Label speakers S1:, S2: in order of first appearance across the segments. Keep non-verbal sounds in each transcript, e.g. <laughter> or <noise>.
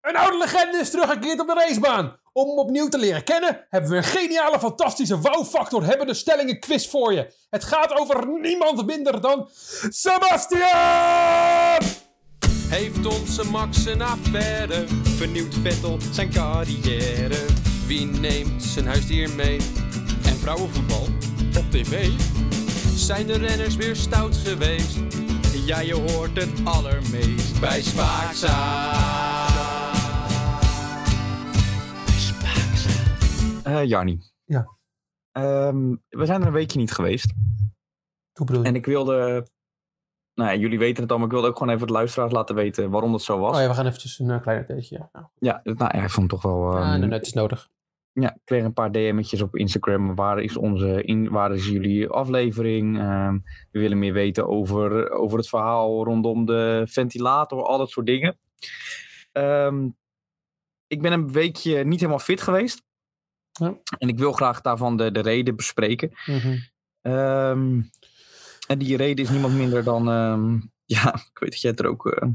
S1: Een oude legende is teruggekeerd op de racebaan. Om hem opnieuw te leren kennen, hebben we een geniale, fantastische wow-factor hebbende stellingen quiz voor je. Het gaat over niemand minder dan Sebastian!
S2: Heeft onze Max een affaire? Vernieuwt Vettel zijn carrière? Wie neemt zijn huisdier mee? En vrouwenvoetbal op tv? Zijn de renners weer stout geweest? Ja, je hoort het allermeest bij Spaakzaam.
S3: Eh Jarni.
S1: Ja.
S3: Ehm, we zijn er een weekje niet geweest.
S1: Hoe bedoel je?
S3: En ik wilde... Nou ja, jullie weten het al, maar ik wilde ook gewoon even de luisteraars laten weten waarom dat zo was.
S1: Oh ja, we gaan eventjes een kleine klein updateje. Ja.
S3: Ja, nou ja, ik vond het toch wel... ehm,
S1: Ah, nee, nee, het is nodig.
S3: Ja, ik kreeg een paar DM'tjes op Instagram. Waar is, onze, in, waar is jullie aflevering? Ehm, we willen meer weten over, over het verhaal rondom de ventilator, al dat soort dingen. Ehm, ik ben een weekje niet helemaal fit geweest.
S1: Ja.
S3: En ik wil graag daarvan de, de reden bespreken.
S1: Mhm.
S3: Ehm, en die reden is niemand minder dan. ehm, ja, ik weet dat jij het er ook. eh,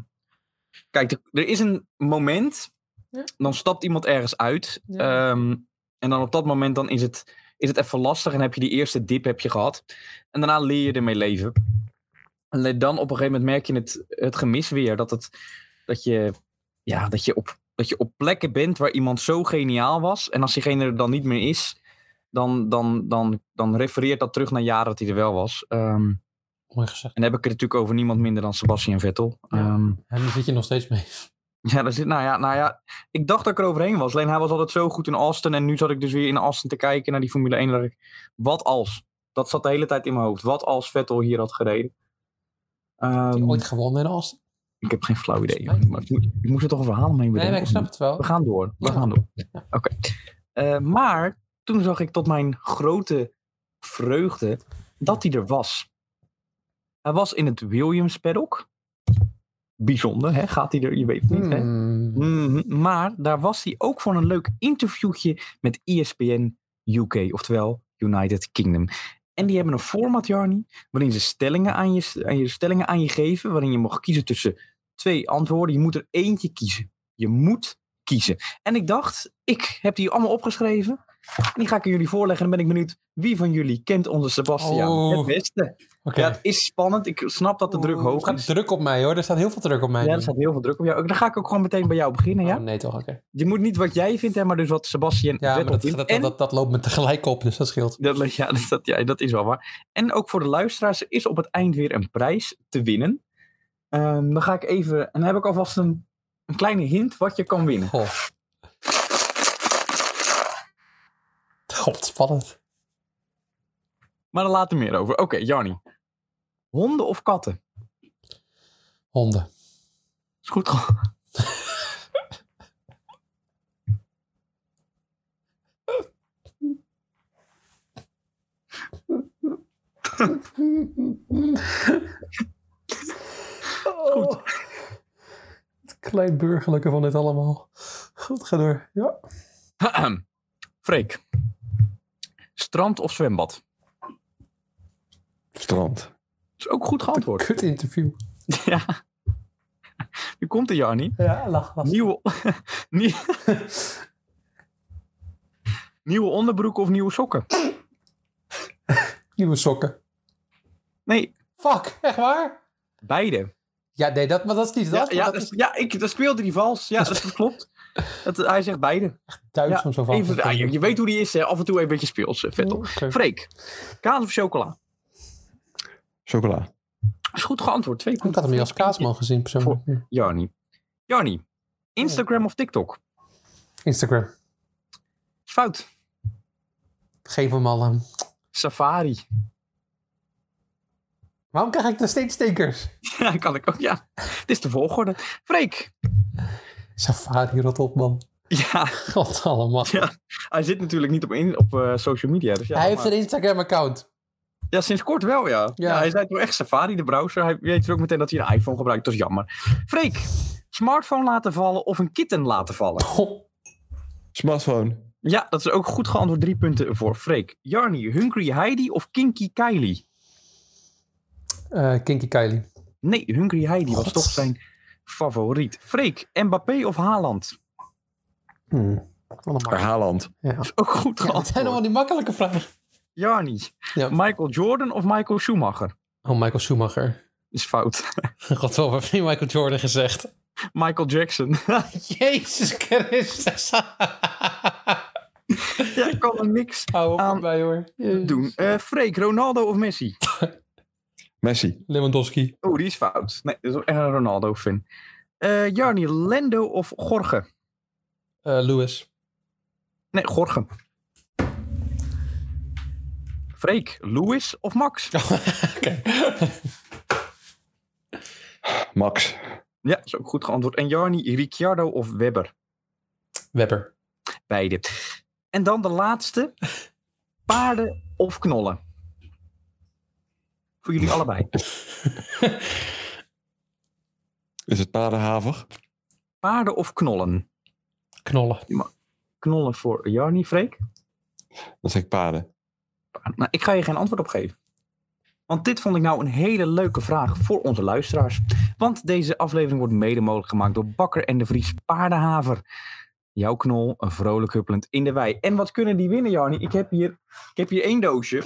S3: Kijk, er- er is een moment.
S1: Ja.
S3: Dan stapt iemand ergens uit.
S1: Ja.
S3: ehm, en dan op dat moment dan is, het, is het even lastig. En heb je die eerste dip heb je gehad. En daarna leer je ermee leven. En dan op een gegeven moment merk je het, het gemis weer. Dat, het, dat, je, ja, dat, je op, dat je op plekken bent waar iemand zo geniaal was. En als diegene er dan niet meer is dan, dan, dan, dan refereert dat terug naar jaren dat hij er wel was. Ehm,
S1: Mooi gezegd.
S3: en dan heb ik het natuurlijk over niemand minder dan Sebastian Vettel.
S1: Ja.
S3: Ehm,
S1: En daar zit je nog steeds mee.
S3: <laughs> ja, daar zit, nou, ja, nou ja, ik dacht dat ik er overheen was. Alleen hij was altijd zo goed in Austin. En nu zat ik dus weer in Austin te kijken naar die Formule 1. Dat ik, wat als? Dat zat de hele tijd in mijn hoofd. Wat als Vettel hier had gereden?
S1: Heb je
S3: Ehm,
S1: ooit gewonnen in Austin?
S3: ik heb geen flauw idee.
S1: Nee.
S3: Maar ik, moet, ik moest er toch een verhaal mee bedenken.
S1: Nee, maar ik
S3: of
S1: snap
S3: niet?
S1: het wel.
S3: We gaan door. We
S1: Ja.
S3: gaan door.
S1: Ja.
S3: Oké. Eh, maar toen zag ik tot mijn grote vreugde dat hij er was. Hij was in het Williams paddock. Bijzonder, hè? Gaat hij er? Je weet het niet, hè?
S1: Hmm.
S3: Mhm, Maar daar was hij ook voor een leuk interviewtje met E ESPN UK, oftewel United Kingdom. En die hebben een format, Jarny, waarin ze stellingen aan je, aan je, stellingen aan je geven, waarin je mag kiezen tussen twee antwoorden. Je moet er eentje kiezen. Je moet kiezen. En ik dacht, ik heb die allemaal opgeschreven. En die ga ik aan jullie voorleggen. En dan ben ik benieuwd wie van jullie kent onze Sebastian
S1: Oh.
S3: het beste.
S1: Oké.
S3: Ja, het is spannend. Ik snap dat de druk
S1: Oeh,
S3: hoog
S1: Er
S3: is.
S1: staat druk op mij hoor, er staat heel veel druk op mij.
S3: Ja,
S1: nu.
S3: er staat heel veel druk op jou. Dan ga ik ook gewoon meteen bij jou beginnen, ja?
S1: Oh, nee toch, oké.
S3: Je moet niet wat jij vindt, hè, maar dus wat Sebastian
S1: Ja, maar
S3: Vettel
S1: dat, dat,
S3: vindt.
S1: dat,
S3: En-
S1: dat, dat loopt me tegelijk op, dus dat scheelt.
S3: dat- ja, <laughs> dat, dat- ja, dat is wel waar. En ook voor de luisteraars is op het eind weer een prijs te winnen. Ehm, dan ga ik even... En dan heb ik alvast een, een kleine hint wat je kan winnen.
S1: Goh. God, spannend.
S3: Maar dan later meer over. Oké, Jarny. Honden of katten?
S1: Honden.
S3: Is goed. ge-
S1: Goed. Het kleinburgerlijke van dit allemaal. Goed, ga door. Ja.
S3: Ahem. <clears throat> Freek. Strand of zwembad? Dat
S1: Strand.
S3: is ook goed geantwoord.
S1: Kut interview.
S3: Ja. Nu komt er, Jarny.
S1: Ja, lach, lach.
S3: <laughs> Nieuwe, nie- nieuwe onderbroek of nieuwe sokken?
S1: Nieuwe sokken.
S3: Nee,
S1: Fuck, echt waar?
S3: beide.
S1: Ja, nee, dat, maar dat is niet dat.
S3: Ja, ja,
S1: dat
S3: dat,
S1: is
S3: is- ja ik, dat speelde die vals. Ja, dat klopt. Dat, hij zegt beide.
S1: Duits
S3: dus- ja,
S1: soms zo van.
S3: Even, ah, je, je weet hoe die is, hè. af en toe even een beetje speels, eh, Vettel.
S1: Oké.
S3: Freek, kaas of chocola?
S4: Chocola.
S3: Is goed geantwoord. Twee
S1: Ik had hem
S3: punten.
S1: hier als kaasman gezien, persoonlijk.
S3: Jarny. Jarny, Instagram of TikTok?
S1: Instagram.
S3: Fout.
S1: Geef hem al aan.
S3: Safari. <laughs>
S1: Waarom krijg ik dan steeds stinkers?
S3: Ja, kan ik ook, ja. Het is de volgorde. Freek.
S1: Safari, rot op, man.
S3: Ja,
S1: God allemaal.
S3: Ja, hij zit natuurlijk niet op, in, op eh, social media. Dus ja,
S1: Hij
S3: maar-
S1: heeft een Instagram-account.
S3: Ja, sinds kort wel, ja.
S1: Ja.
S3: ja. hij zei toch echt Safari, de browser. Hij weet dus ook meteen dat hij een iPhone gebruikt. Dat is jammer. Freek, smartphone laten vallen of een kitten laten vallen?
S1: Goh.
S4: Smartphone.
S3: Ja, dat is ook goed geantwoord. Drie punten voor Freek. Jarny, Hungry Heidi of Kinky Kylie?
S1: Eh, Kinky Kylie.
S3: Nee, Hungry Heidi was
S1: God.
S3: toch zijn favoriet. Freek, Mbappé of Haaland?
S1: Hmm.
S5: Wat een makkelijk.
S4: Haaland.
S5: Ja.
S3: Ook goed
S5: Ja, dat
S3: gehad.
S5: zijn allemaal die makkelijke vragen.
S3: Jarni.
S1: Ja.
S3: Michael Jordan of Michael Schumacher?
S1: Oh, Michael Schumacher. <laughs>
S3: Is fout. <laughs>
S1: God, wel, wat heeft Michael Jordan gezegd?
S3: Michael Jackson. <laughs>
S1: Jezus Christus. <laughs>
S3: Jij kan er niks
S1: Hou op
S3: Aan-
S1: erbij hoor. Jezus.
S3: doen. Eh Freek, Ronaldo of Messi?
S4: Messi.
S1: Lewandowski.
S3: Oh, die is fout. Nee, dat is echt een Ronaldo-fan. Eh Jarni, Lendo of Gorge?
S1: Eh, Lewis.
S3: Nee, Gorge. Freek, Louis of Max?
S1: Oké.
S4: Max.
S3: Ja, is ook goed geantwoord. En Jarni, Ricciardo of Webber?
S1: <laughs> Webber.
S3: Beide. En dan de laatste. Paarden of knollen? Voor jullie allebei.
S4: <laughs> Is het paardenhaver?
S3: Paarden of knollen?
S1: Knollen.
S3: Knollen voor Jarni, Freek?
S4: Dan zeg ik paarden.
S3: Nou, ik ga je geen antwoord op geven. Want dit vond ik nou een hele leuke vraag voor onze luisteraars. Want deze aflevering wordt mede mogelijk gemaakt door Bakker en de Vries Paardenhaver. Jouw knol, een vrolijk huppelend in de wei. En wat kunnen die winnen, Jarni? Ik heb hier, ik heb hier één doosje.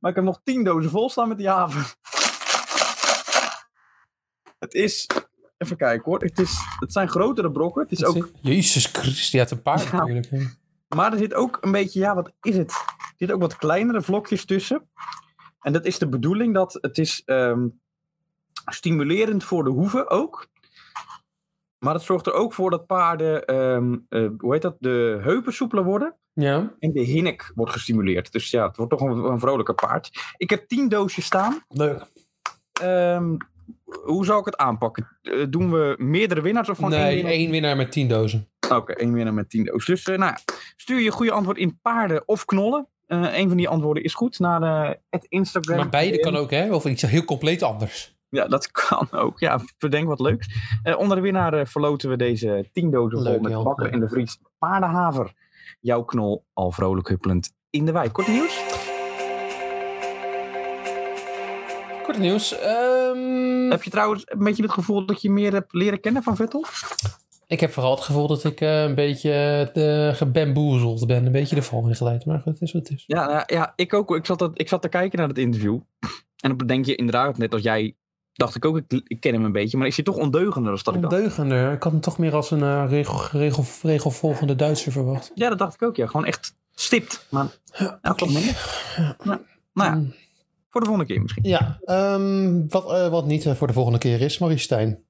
S3: Maar ik heb nog tien dozen vol staan met die haver. Het is... Even kijken hoor. Het, is, het zijn grotere brokken. Het is ook
S1: Jezus Christus, die had een paard
S3: Ja.
S1: natuurlijk.
S3: maar er zit ook een beetje, ja, wat is het? Er zitten ook wat kleinere vlokjes tussen. En dat is de bedoeling dat het is ehm, stimulerend voor de hoeven ook. Maar het zorgt er ook voor dat paarden, ehm, eh, hoe heet dat, de heupen soepeler worden.
S1: Ja.
S3: En de hinnik wordt gestimuleerd. Dus ja, het wordt toch een, een vrolijker paard. Ik heb tien doosjes staan.
S1: Leuk.
S3: Ehm, hoe zou ik het aanpakken? Eh, doen we meerdere winnaars of gewoon één
S1: nee,
S3: winnaar?
S1: één winnaar met tien dozen.
S3: Oké, één winnaar met 10 doos. Dus eh, nou, ja, stuur je goede antwoord in paarden of knollen. Eh een van die antwoorden is goed naar eh, het Instagram.
S1: Maar beide kan ook, hè? Of iets heel compleet anders.
S3: Ja, dat <laughs> kan ook. Ja, verdenk wat leuks. Eh, onder de winnaar eh, verloten we deze 10 dozen vol
S1: Leuk,
S3: met
S1: joh.
S3: bakken en de Vries paardenhaver. Jouw knol al vrolijk huppelend in de wijk. Kort nieuws.
S1: Kort nieuws. ehm,
S3: Heb je trouwens een beetje het gevoel dat je meer hebt leren kennen van Vettel?
S1: Ik heb vooral het gevoel dat ik eh, een beetje eh, gebamboezeld ben. Een beetje de val in geleid. Maar goed, het is wat het is.
S3: Ja, nou ja ik ook. hoor. Ik zat, dat, ik zat te kijken naar het interview. En dan bedenk je inderdaad, net als jij, dacht ik ook, ik, ik ken hem een beetje. Maar is hij toch ondeugender dan dat ik dacht?
S1: Ondeugender. Ik had hem toch meer als een eh, regel, regel, regelvolgende Duitser verwacht.
S3: Ja, dat dacht ik ook, ja. Gewoon echt stipt. Maar elke minder. Ja. Nou ja,
S1: Mm.
S3: voor de volgende keer misschien.
S1: Ja, ehm, wat, eh, wat niet eh, voor de volgende keer is, Marie Stijn.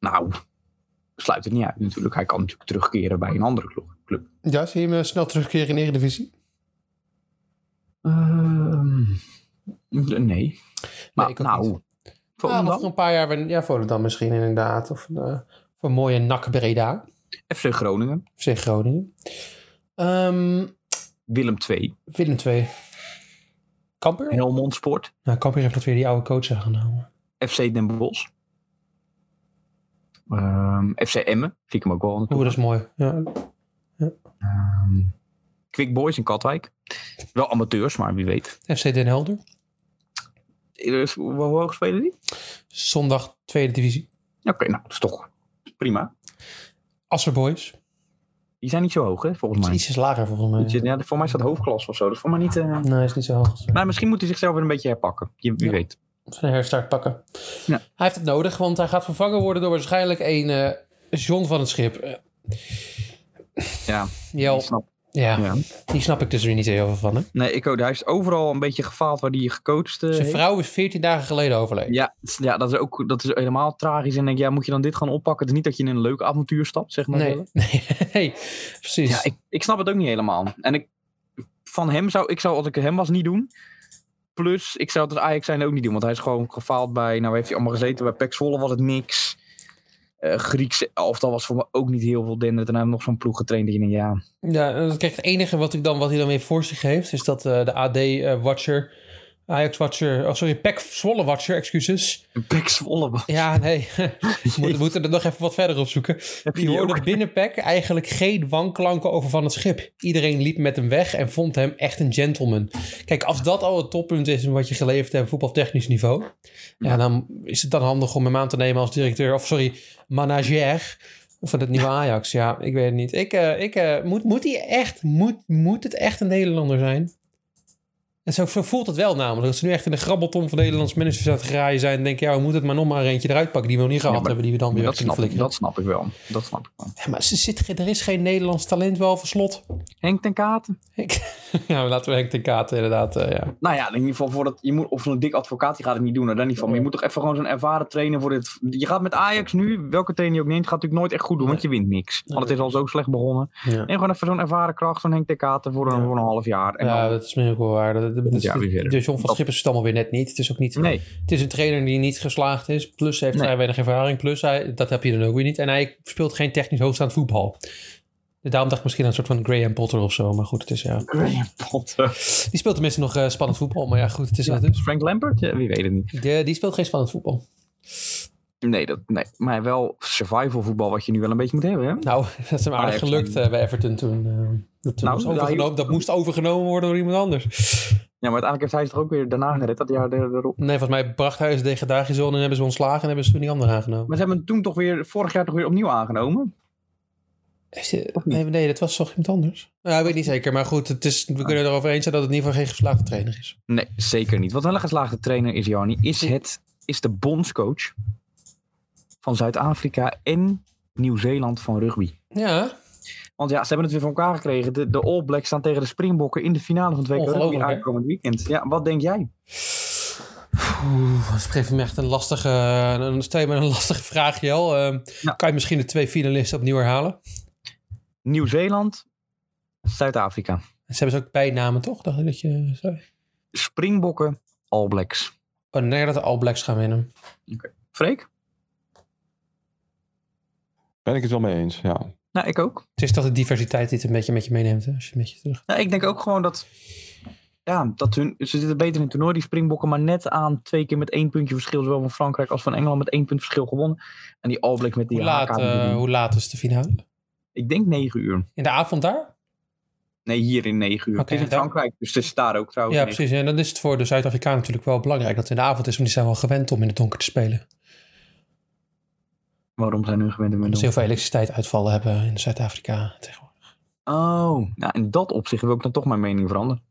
S3: Nou, sluit het niet uit natuurlijk. Hij kan natuurlijk terugkeren bij een andere club. club.
S1: Ja, zie je hem eh, snel terugkeren in de Eredivisie?
S3: Ehm, nee. Maar
S1: ik ook
S3: nou,
S1: Ja, nog
S3: Volendam,
S1: een paar jaar. ben- Ja, Volendam misschien inderdaad. Of een, eh, of een mooie NAC Breda.
S3: FC Groningen,
S1: Zeg Groningen. Ehm,
S3: Willem II,
S1: Willem 2. Kamper?
S3: Helmond Sport,
S1: Nou, Kamper heeft dat weer die oude coach aangenomen.
S3: FC Den Bosch. Ehm, FC Emmen, vind ik hem ook wel. een
S1: Oeh, dat is mooi. Ja.
S3: Ehm, Quick Boys in Katwijk. Wel amateurs, maar wie weet.
S1: FC Den Helder.
S3: Eh, Hoe hoe hoog spelen die?
S1: Zondag tweede divisie.
S3: Oké, nou, dat is toch prima.
S1: Asser Boys.
S3: Die zijn niet zo hoog, hè, volgens
S1: Is
S3: mij.
S1: Ietsjes lager volgens mij.
S3: Ietsje- Ja, voor mij staat hoofdklas of zo. Dat is voor mij niet. eh,
S1: Nee, is niet zo hoog.
S3: Maar misschien moet hij zichzelf weer een beetje herpakken. Je, wie
S1: Ja.
S3: weet.
S1: Of een herstart pakken.
S3: Ja.
S1: Hij heeft het nodig, want hij gaat vervangen worden door waarschijnlijk een eh, John van het Schip. Eh,
S3: Ja,
S1: Jel,
S3: ik snap.
S1: ja,
S3: Ja.
S1: die snap ik dus weer niet heel veel van. Hè?
S3: Nee, ik ook. Hij is overal een beetje gefaald waar hij gecoacht eh,
S1: Zijn
S3: heeft.
S1: vrouw is 14 dagen geleden overleden.
S3: Ja, het is- ja, dat is ook dat is helemaal tragisch. En ik denk, ja, moet je dan dit gaan oppakken? Het is niet dat je in een leuk avontuur stapt, zeg maar.
S1: nee, <laughs> nee, nee, precies.
S3: Ja, ik, ik snap het ook niet helemaal. En ik, van hem zou ik, zou, als ik hem was, niet doen. Plus, ik zou het als Ajax zijn ook niet doen. Want hij is gewoon gefaald bij... Nou heeft hij allemaal gezeten. Bij PEC Zwolle was het niks. Eh Griekse elftal was voor me ook niet heel veel dender. En hij heeft nog zo'n ploeg getraind. Dat je denkt, ja...
S1: Ja, en dat krijg het enige wat, ik dan, wat hij dan weer voor zich heeft, is dat eh, de AD-watcher Ajax Watcher, eh, oh sorry, Pek Zwolle Watcher, excuses.
S3: Pek Zwolle. man.
S1: Ja, nee. <laughs> We moeten er nog even wat verder op zoeken.
S3: Heb je
S1: Die
S3: die
S1: hoorde
S3: ook?
S1: binnen Pek eigenlijk geen wanklanken over van het schip. Iedereen liep met hem weg en vond hem echt een gentleman. Kijk, als dat al het toppunt is in wat je geleverd hebt op voetbaltechnisch niveau, ja, dan is het dan handig om hem aan te nemen als directeur, of sorry, manager van het nieuwe Ajax. Ja, ik weet het niet. Ik, eh, ik, eh, moet, moet, hij echt, moet, moet het echt een Nederlander zijn? En zo zo voelt het wel namelijk. Dat ze nu echt in de grabbelton van Nederlands managers aan het graaien zijn. En denken, ja, we moeten het maar nog maar eentje eruit pakken die we nog niet gehad
S3: maar-
S1: hebben. Die we dan weer
S3: Dat
S1: weg kunnen
S3: snap, ik,
S1: flikkeren.
S3: dat snap ik wel. Dat snap ik wel.
S1: Ja, maar ze zit, geen- er is geen Nederlands talent wel voor slot.
S3: Henk ten Katen.
S1: Ik- <laughs> ja, laten we Henk ten Katen inderdaad. eh, ja.
S3: Nou ja, in ieder geval voor dat, je moet, of zo'n dik advocaat, die gaat het niet doen. hè, Daar niet van. Maar je moet toch even gewoon zo'n ervaren trainer voor dit. Je gaat met Ajax nu, welke trainer je ook neemt, gaat het natuurlijk nooit echt goed doen, want je wint niks. Want het is al zo slecht begonnen.
S1: Ja.
S3: En gewoon even zo'n ervaren kracht, zo'n Henk ten Katen voor een,
S1: Ja.
S3: voor een half jaar. En
S1: ja,
S3: dan-
S1: dat is misschien ook wel waar. Dat, dat- dat-
S3: Ja, wie verder.
S1: de John van
S3: Dat-
S1: Schippers is het allemaal weer net niet. Het is ook niet.
S3: nee,
S1: Het is een trainer die niet geslaagd is. Plus heeft
S3: Nee.
S1: vrij weinig ervaring. Plus hij, dat heb je dan ook weer niet. En hij speelt geen technisch hoogstaand voetbal. Daarom dacht ik misschien aan een soort van Graham Potter of zo. Maar goed, het is ja.
S3: Graham
S1: eh.
S3: Potter.
S1: Die speelt tenminste nog eh, spannend voetbal. Maar ja, goed, het is wat het is.
S3: Frank Lampert? Ja, wie weet het niet.
S1: De- die speelt geen spannend voetbal.
S3: Nee, dat, nee, maar wel survival voetbal wat je nu wel een beetje moet hebben. Hè?
S1: Nou, <laughs> dat is hem aardig
S3: Ajax.
S1: gelukt eh, bij Everton toen. eh, dat,
S3: Nou,
S1: moest
S3: ja,
S1: overgenomen, dat moest overgenomen worden door iemand anders.
S3: Ja, maar uiteindelijk heeft hij zich er ook weer daarna gered, dat jaar er- erop.
S1: Nee, volgens mij bracht hij zijn degradatiezone en hebben ze ontslagen en hebben ze toen die andere aangenomen.
S3: Maar ze hebben hem toen toch weer, vorig jaar toch weer opnieuw aangenomen.
S1: Is dit-
S3: Of niet?
S1: nee, nee, dat was toch iemand anders? Ah. Nou, ik weet niet zeker, maar goed, het is, we kunnen erover eens zijn dat het in ieder geval geen geslaagde trainer is.
S3: Nee, zeker niet. Wat wel een geslaagde trainer is, Jarni, is, het, is de bondscoach van Zuid-Afrika en Nieuw-Zeeland van rugby.
S1: Ja,
S3: Want ja, ze hebben het weer voor elkaar gekregen. De, de All Blacks staan tegen de Springbokken in de finale van het WK rugby
S1: Ongelooflijk, hè?
S3: aankomend weekend. Ja, wat denk jij?
S1: Oeh, dat geeft me echt een lastige, een, stel je me een lastige vraag, Jel. Ehm,
S3: Ja.
S1: Kan je misschien de twee finalisten opnieuw herhalen?
S3: Nieuw-Zeeland, Zuid-Afrika.
S1: Ze hebben ze ook bijnamen, toch? Dacht ik dat je zei.
S3: Springbokken, All Blacks.
S1: Oh, nee, dat de All Blacks gaan winnen.
S3: Freek?
S4: Ben ik het wel mee eens, ja.
S3: Nou, ik ook.
S1: Het is toch de diversiteit die het een beetje met je meeneemt, hè? Als je een beetje terug...
S3: Nou, ik denk ook gewoon dat... Ja, dat hun, ze zitten beter in het toernooi, die Springbokken, maar net aan twee keer met één puntje verschil, zowel van Frankrijk als van Engeland met één punt verschil gewonnen. En die All Blacks met die
S1: Hoe laat,
S3: haka-
S1: eh, hoe laat is de finale?
S3: Ik denk negen uur.
S1: In de avond daar?
S3: Nee, hier in negen uur.
S1: Oké,
S3: het is in
S1: dan-
S3: Frankrijk, dus het is daar ook trouwens.
S1: Ja,
S3: negen
S1: precies. En dan is het voor de Zuid-Afrikanen natuurlijk wel belangrijk dat het in de avond is, want die zijn wel gewend om in het donker te spelen.
S3: uur. Waarom zijn hun gewend
S1: Omdat ze Dus heel
S3: inmiddels?
S1: veel elektriciteitsuitvallen hebben in Zuid-Afrika tegenwoordig.
S3: Oh, nou in dat opzicht wil ik dan toch mijn mening veranderen.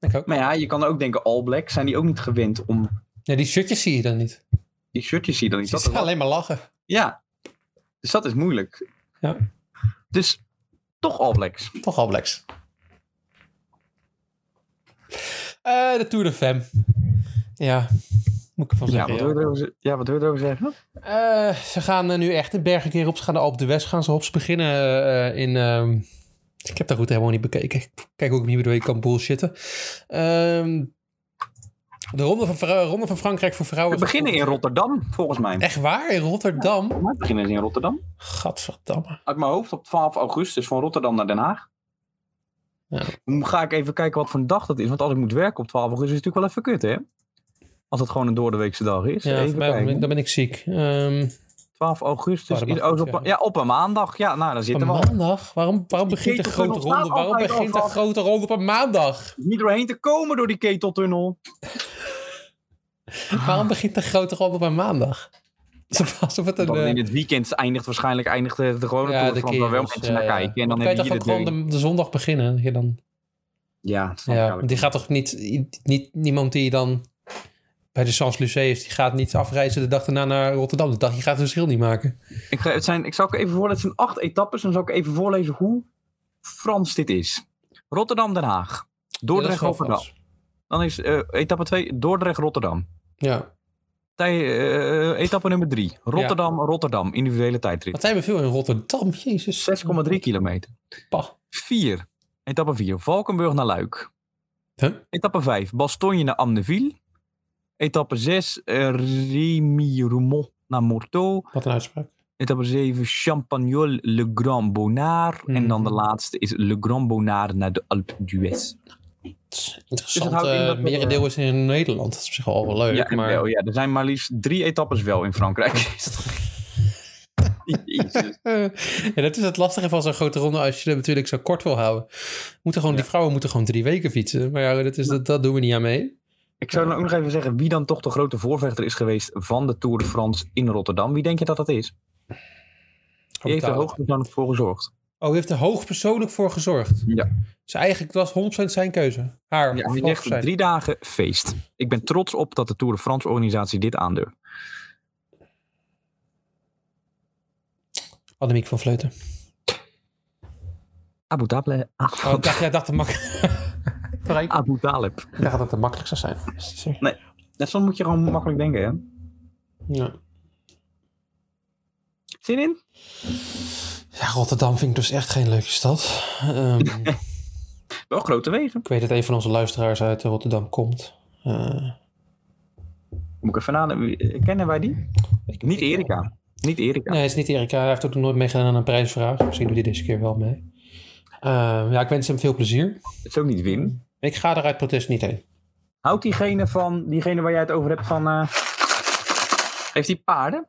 S1: Ik ook.
S3: Maar ja, je kan ook denken, All Blacks, zijn die ook niet gewend om
S1: Nee, die shirtjes zie je dan niet.
S3: die shirtjes hier dan niet?
S1: Ze
S3: Dat is
S1: staan
S3: wel-
S1: alleen maar lachen.
S3: Ja, dus dat is moeilijk.
S1: Ja.
S3: Dus toch All Blacks.
S1: Toch All Blacks. Eh, de Tour de Femme. Ja, moet ik ervan
S3: Ja,
S1: zeggen.
S3: wat
S1: ja.
S3: wil je erover ze- ja, wat wil je erover zeggen?
S1: Eh, ze gaan eh, nu echt de bergen keer op. Ze gaan de Alp de West gaan ze hops beginnen eh, in... ehm, ik heb dat goed helemaal niet bekeken. Ik Kijk ook niet bedoel ik kan bullshitten. Ehm, de Ronde van, Vrou- Ronde van Frankrijk voor vrouwen.
S3: We beginnen in Rotterdam, volgens mij.
S1: Echt waar? In Rotterdam?
S3: Maar we beginnen in Rotterdam.
S1: Gadverdamme.
S3: Uit mijn hoofd op 12 augustus van Rotterdam naar Den Haag.
S1: Ja.
S3: Dan Ga ik even kijken wat voor een dag dat is. Want als ik moet werken op 12 augustus is het natuurlijk wel even kut, hè? Als het gewoon een doordeweekse dag is.
S1: Ja,
S3: even
S1: voor mij,
S3: kijken.
S1: dan ben ik ziek. Ehm
S3: 12 augustus.
S1: Oh, dat
S3: is-
S1: mag
S3: oh,
S1: niet,
S3: is op,
S1: ja.
S3: ja, op een maandag. Ja, nou, dan
S1: een
S3: zitten we al.
S1: maandag? Waarom, waarom
S3: Die
S1: begint de
S3: keteltunnel
S1: grote
S3: staat
S1: ronde? Waarom
S3: altijd
S1: begint de
S3: overal.
S1: grote ronde op een maandag?
S3: Niet doorheen te komen door die keteltunnel.
S1: Waarom begint de grote ronde op een maandag? Alsof alsof het een...
S3: Dan
S1: eh,
S3: in het weekend eindigt waarschijnlijk eindigt de, de gewone
S1: ja,
S3: toer
S1: de
S3: van waar wel
S1: kerels,
S3: mensen naar
S1: ja, ja.
S3: kijken. En dan
S1: kan je
S3: heb
S1: toch
S3: je hier
S1: ook
S3: de, Oh,
S1: gewoon
S3: deur.
S1: de, de zondag beginnen? Je dan,
S3: Ja, dat snap ik
S1: ja, want
S3: eigenlijk.
S1: die gaat toch niet, niet... Niemand die dan bij de Sans-Lucé is, die gaat niet afreizen de dag daarna naar Rotterdam. De dag, je gaat het verschil niet maken.
S3: Ik, ga, het zijn, ik zal ook even voorlezen. Het zijn acht etappes. En dan zal ik even voorlezen hoe Frans dit is. Rotterdam-Den Haag.
S1: Ja, dat is
S3: Dordrecht
S1: wel
S3: Rotterdam.
S1: vals.
S3: Dan is eh, etappe 2 Dordrecht Rotterdam.
S1: Ja.
S3: Tij, eh, etappe nummer 3. Rotterdam Rotterdam. Individuele tijdrit.
S1: Wat zijn we veel in Rotterdam? Jezus.
S3: 6,3 kilometer.
S1: Pa.
S3: 4. Etappe 4. Valkenburg naar Luik.
S1: Huh?
S3: Etappe 5. Bastogne naar Amneville. Etappe 6. Remy-Roumont naar Morteau.
S1: Wat een uitspraak.
S3: Etappe 7, Champagnol Le Grand Bonnard. En dan de
S1: Mhm.
S3: laatste is Le Grand Bonnard naar de Alpe d'Huez.
S1: Interessant.
S3: houdt in
S1: eh,
S3: dat we-
S1: merendeel is in Nederland. Dat is op zich al wel leuk.
S3: Ja, en
S1: maar
S3: wel, ja, er zijn maar liefst drie etappes wel in Frankrijk. <laughs> Jezus.
S1: <laughs> ja, dat is het lastige van zo'n grote ronde als je het natuurlijk zo kort wil houden. Moeten gewoon, Die vrouwen moeten gewoon drie weken fietsen. Maar ja, dat, is, dat, dat doen we niet aan mee.
S3: Ik zou dan ook nog even zeggen wie dan toch de grote voorvechter is geweest van de Tour de France in Rotterdam. Wie denk je dat dat is? Die heeft er hoogstpersoonlijk voor gezorgd.
S1: Oh, die heeft er hoog persoonlijk voor gezorgd.
S3: Ja.
S1: Dus eigenlijk was 100% zijn keuze. Haar.
S3: Ja,
S1: Ja,
S3: hij zegt drie dagen feest. Ik ben trots op dat de Tour de France organisatie dit aandurft.
S1: Annemiek van Vleuten.
S3: Abu Dhabi. Ah,
S1: Oh, ik dacht, jij dacht dat mak- Sorry, <laughs> ik
S3: <laughs> Abu Talib.
S1: dacht dat het makkelijk zou zijn.
S3: Ja, soms moet je gewoon makkelijk denken, hè?
S1: Ja.
S3: Zin in?
S1: Ja, Rotterdam vind ik dus echt geen leuke stad. Ehm,
S3: Wel grote
S1: <laughs>
S3: wegen.
S1: ik weet dat een van onze luisteraars uit Rotterdam komt. Eh,
S3: Moet ik even nadenken. Wie- Kennen wij die?
S1: ik-
S3: Niet Erika. Niet Erika.
S1: Nee, het is niet Erika. Hij heeft ook nog nooit meegedaan aan een prijsvraag. Misschien doet hij deze keer wel mee. Ehm, ja, ik wens hem veel plezier.
S3: Het is ook niet Wim.
S1: Ik ga er uit protest niet heen.
S3: Houdt diegene van diegene waar jij het over hebt van... eh, Heeft hij paarden?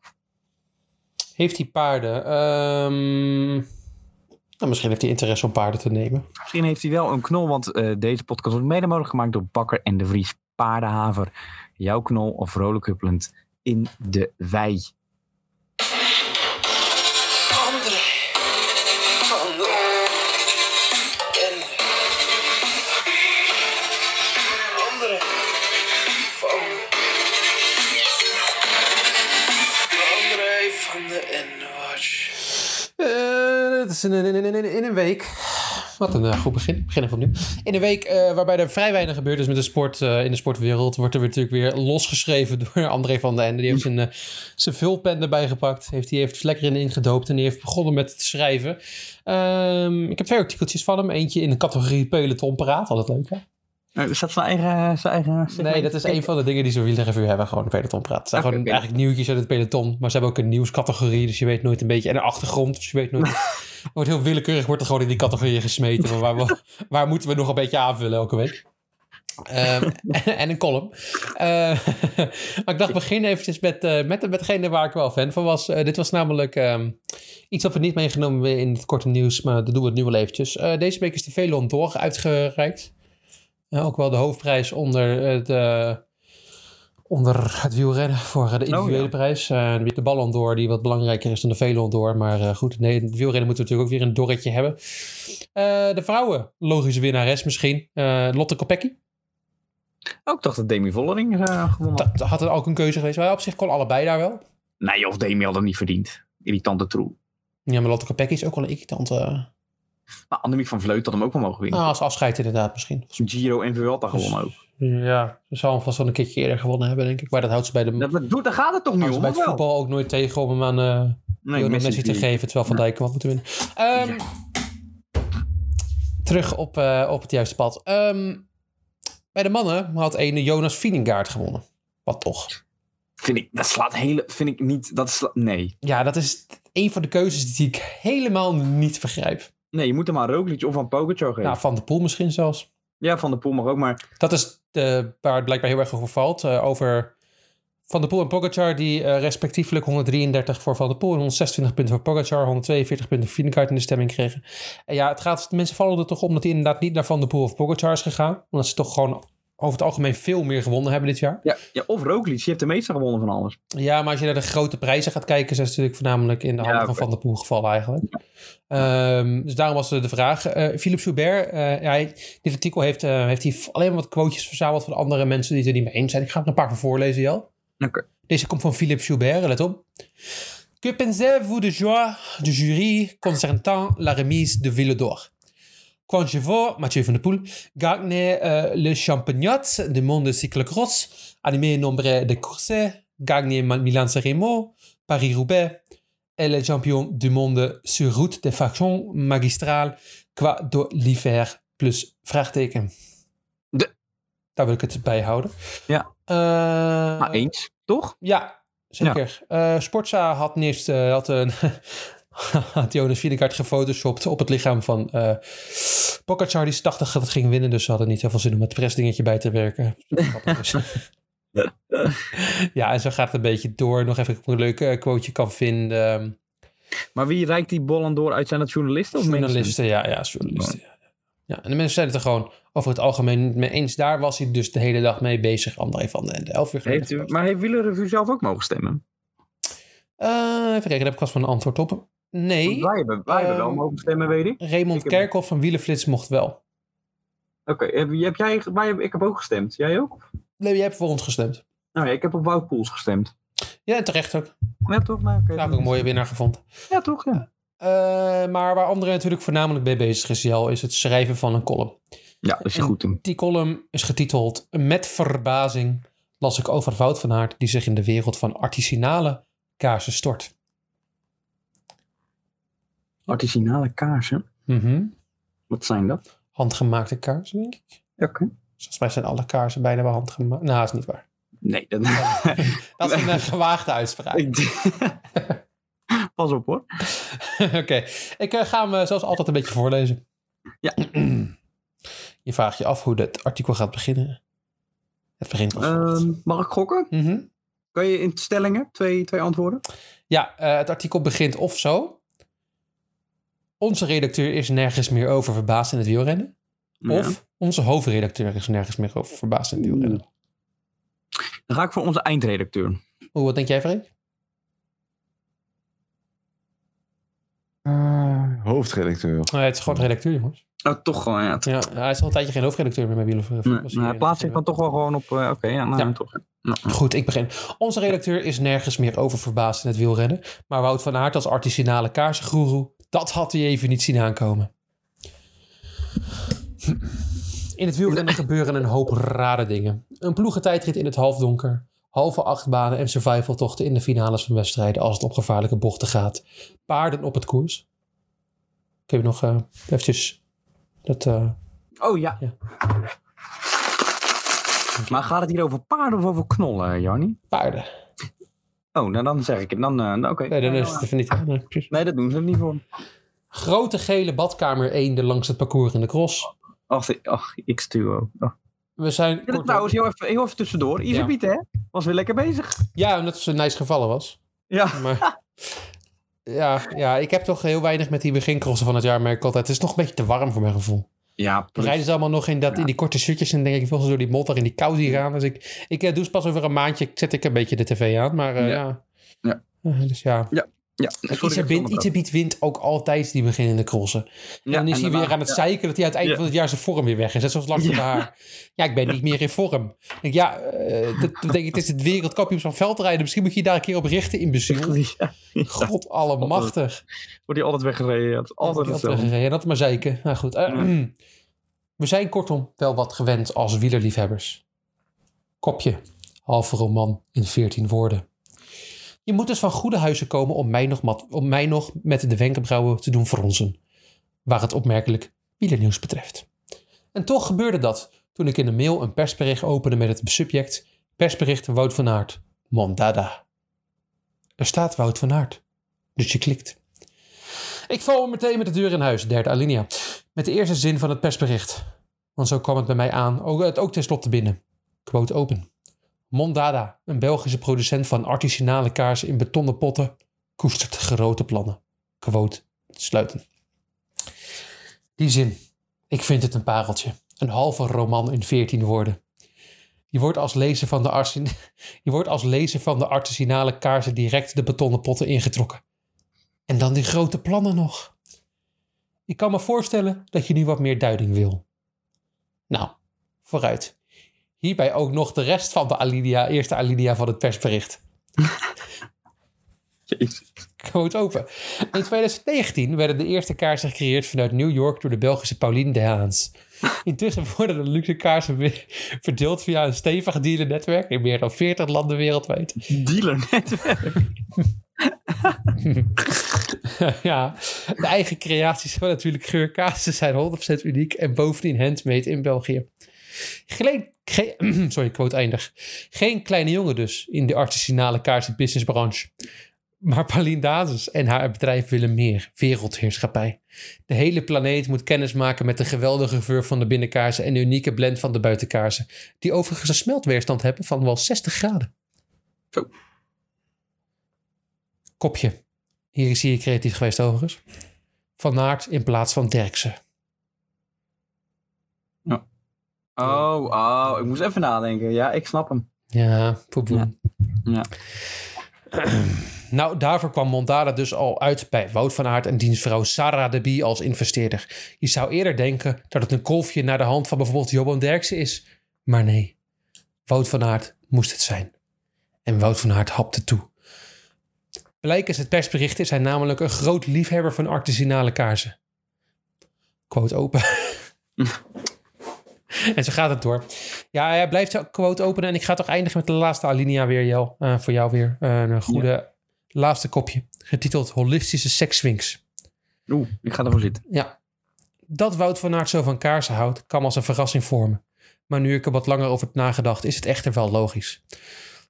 S1: Heeft hij paarden? Ehm, nou, misschien heeft hij interesse om paarden te nemen.
S3: Misschien heeft hij wel een knol, want eh, deze podcast wordt mede mogelijk gemaakt door Bakker en de Vries Paardenhaver. Jouw knol of vrolijk huppelend in de wei.
S5: André. André. En. André. Van. André van de N-Watch.
S1: Eh, dat is in, in, in, in, in een week. Wat een eh, goed begin. Ik Begin even opnieuw. In een week eh, waarbij er vrij weinig gebeurd is met de sport eh, in de sportwereld, wordt er weer natuurlijk weer losgeschreven <laughs> door André van den Ende. Die heeft zijn, eh, zijn vulpen erbij gepakt. Heeft, die heeft lekker in ingedoopt en die heeft begonnen met het schrijven. Ehm, ik heb twee artikeltjes van hem. Eentje in de categorie Peloton Paraat. Altijd leuk, hè?
S3: Eh, Is dat zijn eigen... Zijn eigen
S1: Nee, dat is een van de dingen die zo'n wielerrevue hebben. Gewoon peloton praat. Het zijn
S3: Oké,
S1: gewoon
S3: oké.
S1: eigenlijk nieuwtjes uit het peloton. Maar ze hebben ook een nieuwscategorie. Dus je weet nooit een beetje... En een achtergrond. Dus je weet nooit...
S3: <laughs>
S1: wordt heel willekeurig wordt er gewoon in die categorieën gesmeten. Van waar, we- waar moeten we nog een beetje aanvullen elke week? Ehm, <laughs> en, en een column. Eh, maar ik dacht, begin eventjes met, eh, met, met degene waar ik wel fan van was. Eh, dit was namelijk ehm, iets dat we niet meegenomen hebben in het korte nieuws, maar dat doen we het nu wel eventjes. Eh, deze week is de Velon door uitgereikt. Eh, ook wel de hoofdprijs onder, het, eh, onder het wielrennen voor eh, de individuele
S3: ja.
S1: prijs. Eh, de Ballon d'Or, die wat belangrijker is dan de Velon d'Or. Maar eh, goed, nee, in het wielrennen moeten we natuurlijk ook weer een dorretje hebben. Eh, de vrouwen, logische winnares misschien. Eh, Lotte Kopecky.
S3: Ook Oh, dacht dat Demi Vollering eh, gewonnen had.
S1: Dat had het ook een keuze geweest. Maar op zich kon allebei daar wel.
S3: Nee, of Demi had dat niet verdiend. Irritante troe.
S1: Ja, maar Lotte Kopecky is ook wel een irritant. eh
S3: Maar Annemiek van Vleut had hem ook wel mogen winnen.
S1: nou, als afscheid inderdaad misschien.
S3: Giro en Vuelta gewonnen ook.
S1: Ja, ze zal hem vast wel een keertje eerder gewonnen hebben, denk ik. Maar dat houdt ze bij, de,
S3: Dat, dat doet, daar gaat het toch niet
S1: houdt ze
S3: om,
S1: bij
S3: of
S1: het
S3: wel?
S1: voetbal ook nooit tegen om hem aan eh
S3: Nee,
S1: Lionel
S3: Messi
S1: Messi te
S3: die-
S1: geven. Terwijl Van Dijk hem had moeten winnen. Ehm, Terug op, eh, op het juiste pad. Ehm, bij de mannen had een Jonas Vingegaard gewonnen. Wat toch?
S3: Vind ik, dat slaat hele... Vind ik niet... Dat sla, nee.
S1: Ja, dat is een van de keuzes die ik helemaal niet begrijp.
S3: Nee, je moet hem aan Roglic of aan Pogacar geven.
S1: Nou, Van de Poel misschien zelfs.
S3: ja, Van der Poel mag ook, maar...
S1: Dat is de, waar het blijkbaar heel erg over valt. eh, over Van der Poel en Pogacar, die eh, respectievelijk 133 voor Van der Poel en 126 punten voor Pogacar, 142 punten voor Vingegaard in de stemming kregen. En ja, het gaat, de mensen vallen er toch om dat hij inderdaad niet naar Van der Poel of Pogacar is gegaan. Omdat ze toch gewoon over het algemeen veel meer gewonnen hebben dit jaar.
S3: Ja, ja, of Roglic, die heeft de meeste gewonnen van alles.
S1: Ja, maar als je naar de grote prijzen gaat kijken, zijn ze natuurlijk voornamelijk in de handen van
S3: oké.
S1: Van der Poel gevallen eigenlijk. Ehm, dus daarom was er de vraag. Eh Philippe Joubert, eh, hij, dit artikel heeft, eh, heeft hij alleen maar wat quotejes verzameld van andere mensen die het er niet mee eens zijn. Ik ga er een paar van voorlezen, Jel.
S3: Oké.
S1: Deze komt van Philippe Joubert, let op. Que pensez-vous de joie de jury concernant la remise de Ville d'Or? Quand je vois Mathieu van der Poel gagner euh, le championnat du monde de cyclocross, animer nombre de courses, gagner Ma- Milan-Sanremo, Paris-Roubaix, et le champion du monde sur route des factions magistrales qua door l'hiver plus vraagteken.
S3: De-
S1: Daar wil ik het bij houden.
S3: Ja.
S1: Eh,
S3: maar eens, toch?
S1: ja, zeker. Eh, Sportza had eerst eh, <laughs> had een had Jonas Vingegaard gefotoshopt op het lichaam van eh Pogacar die 80 dat ging winnen, dus ze hadden niet zoveel zin om het pressdingetje bij te werken. <laughs> Grappig dus. ja, en zo gaat het een beetje door. Nog even of ik een leuk eh, quoteje kan vinden. Ehm,
S3: Maar wie reikt die bollen door uit? Zijn dat journalisten of mensen?
S1: Journalisten, ja, ja, journalisten. Ja. ja, en de mensen zijn het er gewoon over het algemeen niet mee eens. Daar was hij dus de hele dag mee bezig, André van den de elf uur geleden
S3: Heeft u,
S1: was.
S3: maar heeft Wielerreview zelf ook mogen stemmen?
S1: Eh, even kijken, daar heb ik vast wel een antwoord op. Nee,
S3: Want Wij hebben, wij hebben wel
S1: Ehm,
S3: mogen stemmen, weet ik.
S1: Raymond
S3: ik heb-
S1: Kerkhoff van Wielenflits mocht wel.
S3: Oké, heb, heb jij, wij, hebben- ik heb ook gestemd. Jij ook?
S1: Nee, jij hebt voor ons gestemd.
S3: Nou ja, ik heb op Wout Poels gestemd.
S1: Ja, en terecht ook.
S3: Ja, toch? Nou, oké.
S1: Daar heb ik een mooie winnaar gevonden.
S3: Ja, toch? Ja.
S1: Eh, maar waar André natuurlijk voornamelijk mee bezig is, Jel, is het schrijven van een column.
S3: Ja, dat is
S1: En-
S3: goed. hem.
S1: Die column is getiteld Met verbazing las ik over Wout van Aert die zich in de wereld van artisanale kaarsen stort.
S3: Artisanale kaarsen.
S1: Mhm.
S3: Wat zijn dat?
S1: Handgemaakte kaarsen, denk ik.
S3: Oké.
S1: Volgens mij zijn alle kaarsen bijna wel handgemaakt. Nou, dat is niet waar.
S3: Nee, dat... <laughs>
S1: Dat is een eh, gewaagde uitspraak.
S3: Ik- Pas op hoor.
S1: <laughs> Oké, ik eh, ga hem eh, zoals altijd een beetje voorlezen.
S3: Ja.
S1: <clears throat> Je vraagt je af hoe het artikel gaat beginnen. Het begint als volgt.
S3: Ehm, mag ik gokken?
S1: Mhm.
S3: Kan je in stellingen twee, twee antwoorden?
S1: Ja, eh, het artikel begint of zo. Onze redacteur is nergens meer over verbaasd in het wielrennen.
S3: Ja.
S1: Of onze hoofdredacteur is nergens meer over verbaasd in het wielrennen.
S3: Dan ga ik voor onze eindredacteur.
S1: Oeh, wat denk jij, Freek?
S4: Eh, hoofdredacteur.
S1: Nee, het is gewoon de redacteur, jongens.
S3: Nou, toch gewoon, ja.
S1: Ja, hij is al een tijdje geen hoofdredacteur meer bij Wiel of of-
S3: Nee,
S1: was
S3: maar hij
S1: eh,
S3: plaatst zich dan toch wel gewoon op... eh, Oké, ja, nou,
S1: Ja.
S3: toch. Nou, nou.
S1: Goed, ik begin. Onze redacteur is nergens meer over verbaasd in het wielrennen. Maar Wout van Aert als artisanale kaarsengoeroe, dat had hij even niet zien aankomen. In het wielrennen
S3: <laughs>
S1: gebeuren een hoop rare dingen. Een ploegentijdrit in het halfdonker. Halve achtbanen en survivaltochten in de finales van wedstrijden als het om gevaarlijke bochten gaat. Paarden op het koers. Ik heb nog eh eventjes dat... eh,
S3: Oh ja.
S1: Ja.
S3: Maar gaat het hier over paarden of over knollen, eh, Jarni?
S1: paarden.
S3: Oh, nou dan zeg ik het. Dan, eh, nou, oké.
S1: Nee, dat is het even niet. Nee, precies.
S3: Nee, dat doen ze er niet voor.
S1: Grote gele badkamer eenden langs het parcours in de cross.
S3: Ach, eh, ach X-Duo. Oh.
S1: We zijn.
S3: Ja,
S1: kortom-
S3: Trouwens, heel even, heel even tussendoor. Isabiet, hè? Was weer lekker bezig.
S1: Ja, omdat ze nice gevallen was.
S3: Ja. <laughs>
S1: Maar. ja, ja, ik heb toch heel weinig met die begincrossen van het jaar, merk ik altijd. Het is nog een beetje te warm voor mijn gevoel.
S3: Ja,
S1: Dan
S3: precies.
S1: rijden ze allemaal nog in, dat, in die korte shirtjes en denk ik, wil ze door die modder in die kou zien gaan. Dus ik, ik eh, doe ze pas over een maandje, zet ik een beetje de tv aan. Maar eh,
S3: Ja.
S1: ja.
S3: Ja.
S1: Eh, dus ja.
S3: Ja, sorry, ik heb
S1: Ietsje
S3: zonnebrand.
S1: Itzebiet wint ook altijd die beginnende crossen.
S3: Ja,
S1: en dan is hij
S3: daarna-
S1: weer aan het
S3: ja.
S1: zeiken dat hij aan het einde
S3: Ja.
S1: van het jaar zijn vorm weer weg is. Net zoals langs
S3: Ja.
S1: haar. Ja, ik ben niet meer in vorm. Ik denk, ja, eh, dat, dat denk ik, het is het wereldkampioen van veldrijden. Misschien moet je je daar een keer op richten, imbeciel.
S3: <laughs> Ja,
S1: God allemachtig.
S3: wordt hij altijd weggereden. ja. Het is altijd
S1: Dat
S3: hetzelfde.
S1: En dat maar zeiken. Nou goed. eh, we zijn kortom wel wat gewend als wielerliefhebbers. Kopje. Halve roman in veertien woorden. Je moet dus van goede huizen komen om mij nog, mat, om mij nog met de wenkbrauwen te doen fronsen. Waar het opmerkelijk wielernieuws betreft. En toch gebeurde dat toen ik in de mail een persbericht opende met het subject persbericht Wout van Aert. Mondada. Er staat Wout van Aert. Dus je klikt. Ik val meteen met de deur in huis, derde alinea. Met de eerste zin van het persbericht. Want zo kwam het bij mij aan, ook, het ook tenslotte binnen. Quote open. Mondada, een Belgische producent van artisanale kaarsen in betonnen potten, koestert grote plannen. Quote sluiten. Die zin. Ik vind het een pareltje. Een halve roman in veertien woorden. Je wordt als lezer van de, arsen- <laughs> je wordt als lezer van de artisanale kaarsen direct de betonnen potten ingetrokken. En dan die grote plannen nog. Ik kan me voorstellen dat je nu wat meer duiding wil. Nou, vooruit. Hierbij ook nog de rest van de alinea, eerste alinea van het persbericht.
S3: Jezus.
S1: Quote open. In 2019 werden de eerste kaarsen gecreëerd vanuit New York door de Belgische Pauline de Haans. Intussen worden de luxe kaarsen weer verdeeld via een stevig dealernetwerk in meer dan 40 landen wereldwijd.
S3: Dealer net.
S1: <laughs> ja, de eigen creaties van natuurlijk geurkaarsen zijn 100% uniek en bovendien handmade in België. Geen, geen- <clears throat> sorry, quote eindig. Geen kleine jongen dus in de artisanale kaarsenbusinessbranche. Maar Pauline Dazes en haar bedrijf willen meer. Wereldheerschappij. De hele planeet moet kennis maken met de geweldige geur van de binnenkaarsen en de unieke blend van de buitenkaarsen. Die overigens een smeltweerstand hebben van wel 60 graden.
S3: Zo.
S1: Kopje. Hier is hier creatief geweest overigens. Van Naert in plaats van Derksen.
S3: Oh, oh, ik moest even nadenken. Ja, ik snap hem.
S1: Ja, poepoe.
S3: Ja. Ja.
S1: <clears throat> Nou, daarvoor kwam Mondara dus al uit bij Wout van Aert en dienstvrouw Sarah de Bie als investeerder. Je zou eerder denken dat het een kolfje naar de hand van bijvoorbeeld Johan Derksen is. Maar nee, Wout van Aert moest het zijn. En Wout van Aert hapte toe. Blijkens het persbericht is hij namelijk een groot liefhebber van artisanale kaarsen. Quote
S3: <laughs>
S1: open. <laughs> en zo gaat het door. Ja, hij blijft zo quote openen. En ik ga toch eindigen met de laatste alinea weer, Jel. Eh, voor jou weer eh, een goede laatste kopje. Getiteld Holistische Sekswinks.
S3: Oeh, ik ga ervoor zitten.
S1: Ja. Dat Wout van Aert zo van kaarsen houdt, kan als een verrassing vormen. Maar nu ik er wat langer over heb nagedacht, is het echter wel logisch.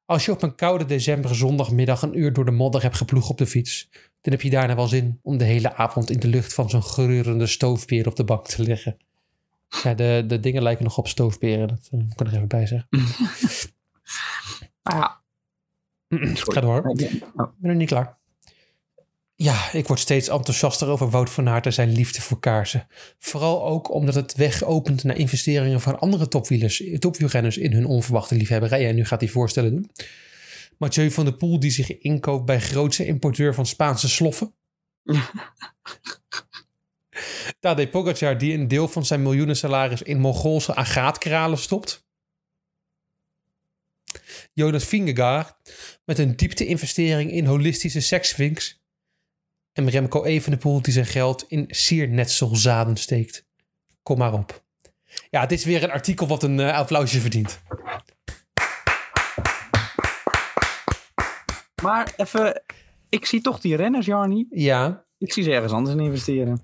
S1: Als je op een koude december zondagmiddag een uur door de modder hebt geploegd op de fiets, dan heb je daarna wel zin om de hele avond in de lucht van zo'n geurende stoofpeer op de bank te liggen. Ja, de, de dingen lijken nog op stoofperen, dat eh, kan ik er even bij zeggen.
S3: Ah,
S1: <clears throat> Ga door. Ik ben nog niet klaar. Ja, ik word steeds enthousiaster over Wout van Aert en zijn liefde voor kaarsen. Vooral ook omdat het weg opent naar investeringen van andere topwielers, topwielrenners in hun onverwachte liefhebberij. En nu gaat hij voorstellen doen. Mathieu van der Poel die zich inkoopt bij grootste importeur van Spaanse sloffen. Tadej Pogacar die een deel van zijn miljoenen salaris in Mongoolse agaatkralen stopt. Jonas Vingegaard met een diepte-investering in holistische sekswinks. En Remco Evenepoel die zijn geld in siernetselzaden steekt. Kom maar op. Ja, het is weer een artikel wat een eh, applausje verdient.
S3: Maar even, ik zie toch die renners, Jarni.
S1: Ja,
S3: Ik zie ze ergens anders in investeren.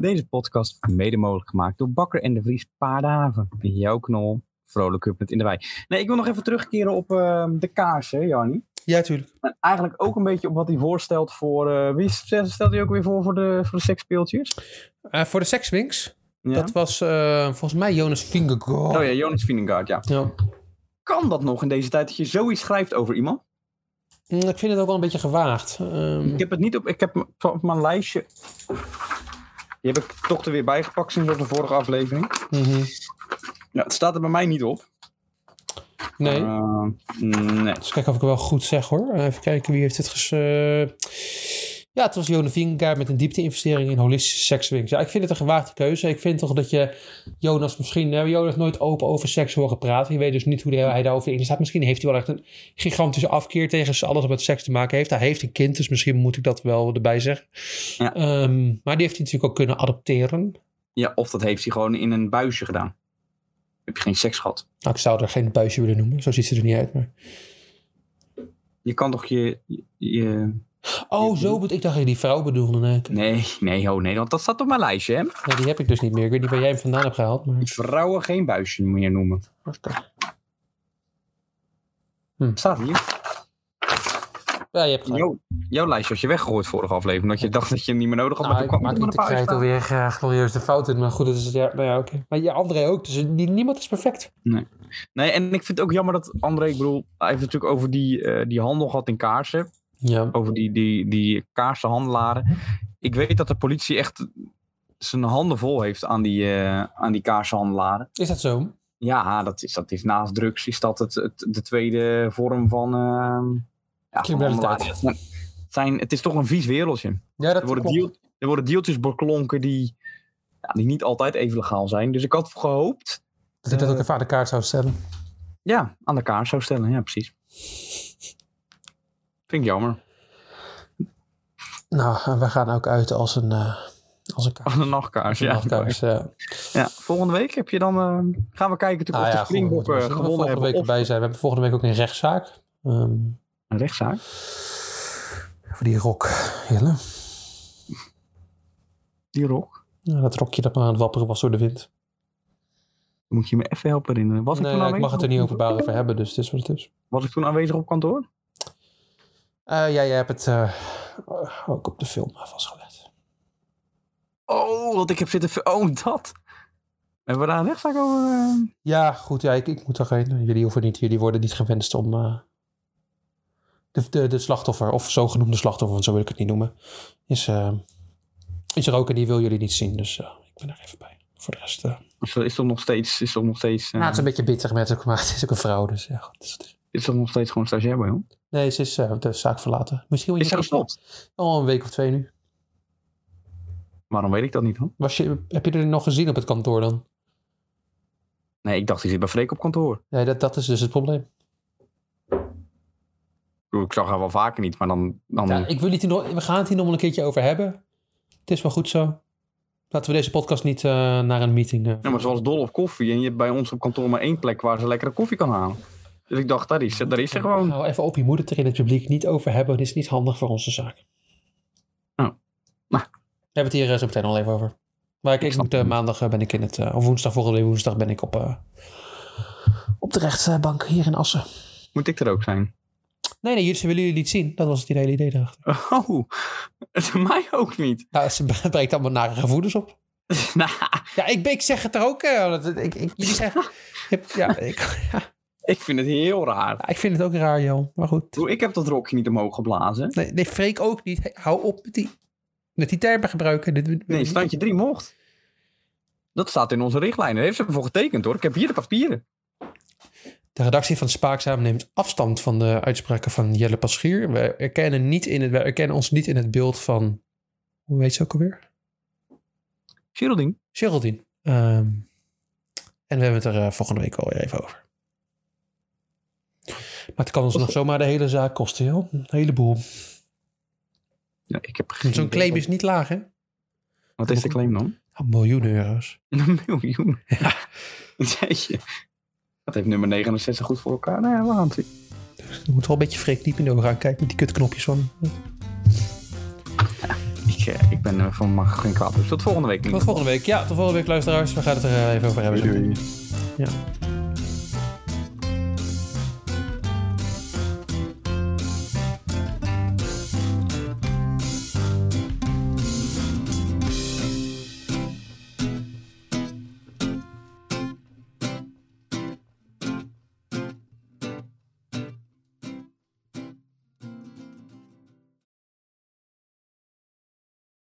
S3: Deze podcast wordt mede mogelijk gemaakt door Bakker en de Vries Paardenhaven. In jouw knol, vrolijk up met in de wei. Nee, ik wil nog even terugkeren op ehm, de kaarsen, Jarni.
S1: ja, tuurlijk.
S3: En eigenlijk ook een beetje op wat hij voorstelt voor... eh, wie stelt hij ook weer voor voor de, voor de seksspeeltjes?
S1: Eh, voor de sekswinks,
S3: Ja.
S1: dat was eh, volgens mij Jonas Vingegaard.
S3: Oh ja, Jonas Vingegaard, ja.
S1: Ja.
S3: Kan dat nog in deze tijd dat je zoiets schrijft over iemand?
S1: Mm, Ik vind het ook wel een beetje gewaagd. Ehm,
S3: Ik heb het niet op. Ik heb hem van- op mijn lijstje. Die heb ik toch er weer bijgepakt sinds op de vorige aflevering.
S1: mhm.
S3: Nou, het staat er bij mij niet op.
S1: Nee,
S3: Eh, nee.
S1: eens kijken Dus of ik het wel goed zeg hoor. Eh, even kijken, wie heeft het ges... eh, Ja, het was Jonas Vingegaard met een diepte-investering in holistische sekswinks. Ja, ik vind het een gewaagde keuze. Ik vind toch dat je Jonas misschien... eh, We hebben Jonas nooit open over seks horen praten. Je weet dus niet hoe de- hij daarover in staat. Misschien heeft hij wel echt een gigantische afkeer tegen alles wat met seks te maken heeft. Hij heeft een kind, dus misschien moet ik dat wel erbij zeggen.
S3: Ja.
S1: Ehm, maar die heeft hij natuurlijk ook kunnen adopteren.
S3: Ja, of dat heeft hij gewoon in een buisje gedaan. Heb je geen seks gehad?
S1: Nou, ik zou er geen buisje willen noemen. Zo ziet ze er niet uit, maar...
S3: Je kan toch je. je- je...
S1: Oh, zo... bedo- Ik dacht dat je die vrouw bedoelde. Nee, ik-
S3: Nee, nee, oh nee, want dat staat op mijn lijstje, hè?
S1: nee, die heb ik dus niet meer. Ik weet niet waar jij hem vandaan hebt gehaald, maar...
S3: Vrouwen geen buisje meer noemen. Staat hier.
S1: Ja, je hebt gelijk.
S3: Jouw, jouw lijstje had je weggegooid vorige aflevering. Omdat je dacht dat je hem niet meer nodig had.
S1: Nou,
S3: maar
S1: ik
S3: toen kwam
S1: maak
S3: er nog
S1: niet
S3: een
S1: ik
S3: paar
S1: krijg
S3: uitstaan.
S1: alweer eh, glorieus de fout in. Maar goed, dat is het, ja, nou ja, oké. Maar ja, André ook. Dus nie- niemand is perfect.
S3: Nee, en ik vind het ook jammer dat André, ik bedoel, hij heeft natuurlijk over die, eh, die handel gehad in kaarsen.
S1: Ja.
S3: Over die, die, die kaarsenhandelaren. Ik weet dat de politie echt zijn handen vol heeft aan die, eh, aan die kaarsenhandelaren.
S1: Is dat zo?
S3: Ja, dat is, dat is naast drugs, is dat het, het, de tweede vorm van. ehm ja, van
S1: Criminaliteit.
S3: handelaar. Het zijn, het is toch een vies wereldje.
S1: Ja, dat
S3: Er worden,
S1: klopt.
S3: deal- er worden deeltjes beklonken die, ja, die niet altijd even legaal zijn. Dus ik had gehoopt.
S1: Dat ik dat ook even aan de kaart zou stellen.
S3: Ja, aan de kaart zou stellen. Ja, precies. Vind ik jammer.
S1: Nou, en we gaan ook uit als een, eh, als een kaart.
S3: Aan de nachtkaars.
S1: Als een
S3: <laughs>
S1: eh,
S3: Ja.
S1: nachtkaars, ja.
S3: ja. Volgende week heb je dan, eh, gaan we kijken natuurlijk
S1: Nou ja,
S3: of de
S1: goed, we moeten
S3: Springbokken
S1: wel zien of we
S3: gewonnen
S1: volgende
S3: hebben.
S1: week
S3: Of
S1: erbij zijn. We hebben volgende week ook een rechtszaak. Ehm,
S3: een rechtszaak.
S1: voor die rok, Jelle.
S3: Die rok.
S1: Ja, dat rokje dat maar aan het wapperen was door de wind.
S3: Moet je me even helpen herinneren. Was ik,
S1: Nee,
S3: toen
S1: ja, ik
S3: aanwezig
S1: mag het er
S3: op
S1: niet over
S3: kantoor?
S1: bouwen over hebben, dus het is wat het is.
S3: Was ik toen aanwezig op kantoor?
S1: Eh, ja, jij hebt het eh, ook op de film eh, vastgelegd.
S3: Oh, wat ik heb zitten... ver- Oh, dat. En we daar een rechtszaak over... eh,
S1: Ja, goed. Ja, ik, ik moet daarheen. Jullie hoeven niet. Jullie worden niet gewenst om... eh, de, de, de slachtoffer, of zogenoemde slachtoffer, want zo wil ik het niet noemen, is, eh, is er ook en die wil jullie niet zien. Dus eh, ik ben er even bij. Voor de rest... eh,
S3: Is dat, is dat nog steeds... Is dat nog steeds... eh,
S1: nou, het is een beetje bitter met haar, maar <laughs> het is ook een vrouw, dus ja, goed. het is- het is-
S3: Is dat nog steeds gewoon stagiair bij hem?
S1: Nee, ze is eh, de zaak verlaten. Misschien wil je
S3: Is hij gestopt?
S1: al een week of twee nu.
S3: Waarom weet ik dat niet dan?
S1: Was je, heb je er nog gezien op het kantoor dan?
S3: Nee, ik dacht, die zit bij Freek op kantoor. Ik,
S1: Nee, dat, dat is dus het probleem.
S3: bedoel, ik zag haar wel vaker niet, maar dan... dan...
S1: Ja, Nou, ik wil het hier nog, we gaan het hier nog wel een keertje over hebben. Het is wel goed zo. Laten we deze podcast niet eh, naar een meeting. eh.
S3: Ja, maar ze was dol op koffie. En je hebt bij ons op kantoor maar één plek waar ze lekkere koffie kan halen. Dus ik dacht, daar is ze, daar is ze gewoon.
S1: Nou, even op, je moet het er in het publiek niet over hebben. Dit is niet handig voor onze zaak.
S3: Oh.
S1: We
S3: Nou.
S1: hebben het hier eh, zo meteen al even over. Maar ik, ik
S3: snap
S1: moet, eh,
S3: het.
S1: maandag eh, ben ik in het... eh, of woensdag, volgende week woensdag ben ik op, eh, op de rechtbank hier in Assen.
S3: Moet ik er ook zijn?
S1: Nee, nee, jullie- ze willen jullie niet zien. Dat was het hele idee daarachter.
S3: Oh, het <laughs> mij ook niet.
S1: Nou, ze <laughs> brengt allemaal nare gevoelens op.
S3: nou,
S1: Ja, ik, ik zeg het er ook. eh, want ik, ik, jullie
S3: <laughs>
S1: zeggen, ja, ik,
S3: ik vind het heel raar.
S1: ik vind het ook raar, joh. Maar goed.
S3: Hoe Ik heb dat rokje niet omhoog geblazen.
S1: Nee, nee Freek ook niet. Hey, hou op met die, met die termen gebruiken. Dit- dit-
S3: Nee, standje 3 mocht. Dat staat in onze richtlijnen. Daar heeft ze ervoor getekend hoor. Ik heb hier de papieren.
S1: De redactie van Spaakzaam neemt afstand van de uitspraken van Jelle Paschier. Wij erkennen, niet in het, wij erkennen ons niet in het beeld van... Hoe heet ze ook alweer?
S3: Geraldine.
S1: Geraldine. Ehm, en we hebben het er eh, volgende week alweer even over. Maar het kan ons nog zomaar de hele zaak kosten, joh. Een heleboel.
S3: Ja, ik heb geen
S1: Zo'n
S3: idee
S1: claim
S3: wat-
S1: is niet laag, hè?
S3: Wat is de claim dan?
S1: miljoenen euro's.
S3: <laughs> Een miljoen. <laughs> Jeetje. Dat heeft nummer 69 goed voor elkaar. Nou ja, we gaan het zien.
S1: Je moet wel een beetje Freek diep in de ogen aankijken met die kutknopjes van.
S3: Ik, eh, ik ben eh, van mag geen kwaad. Dus tot volgende week.
S1: Tot volgende week. Ja, tot volgende week, luisteraars. We gaan het er eh, even over hebben.
S4: Doei, doei.
S1: Ja.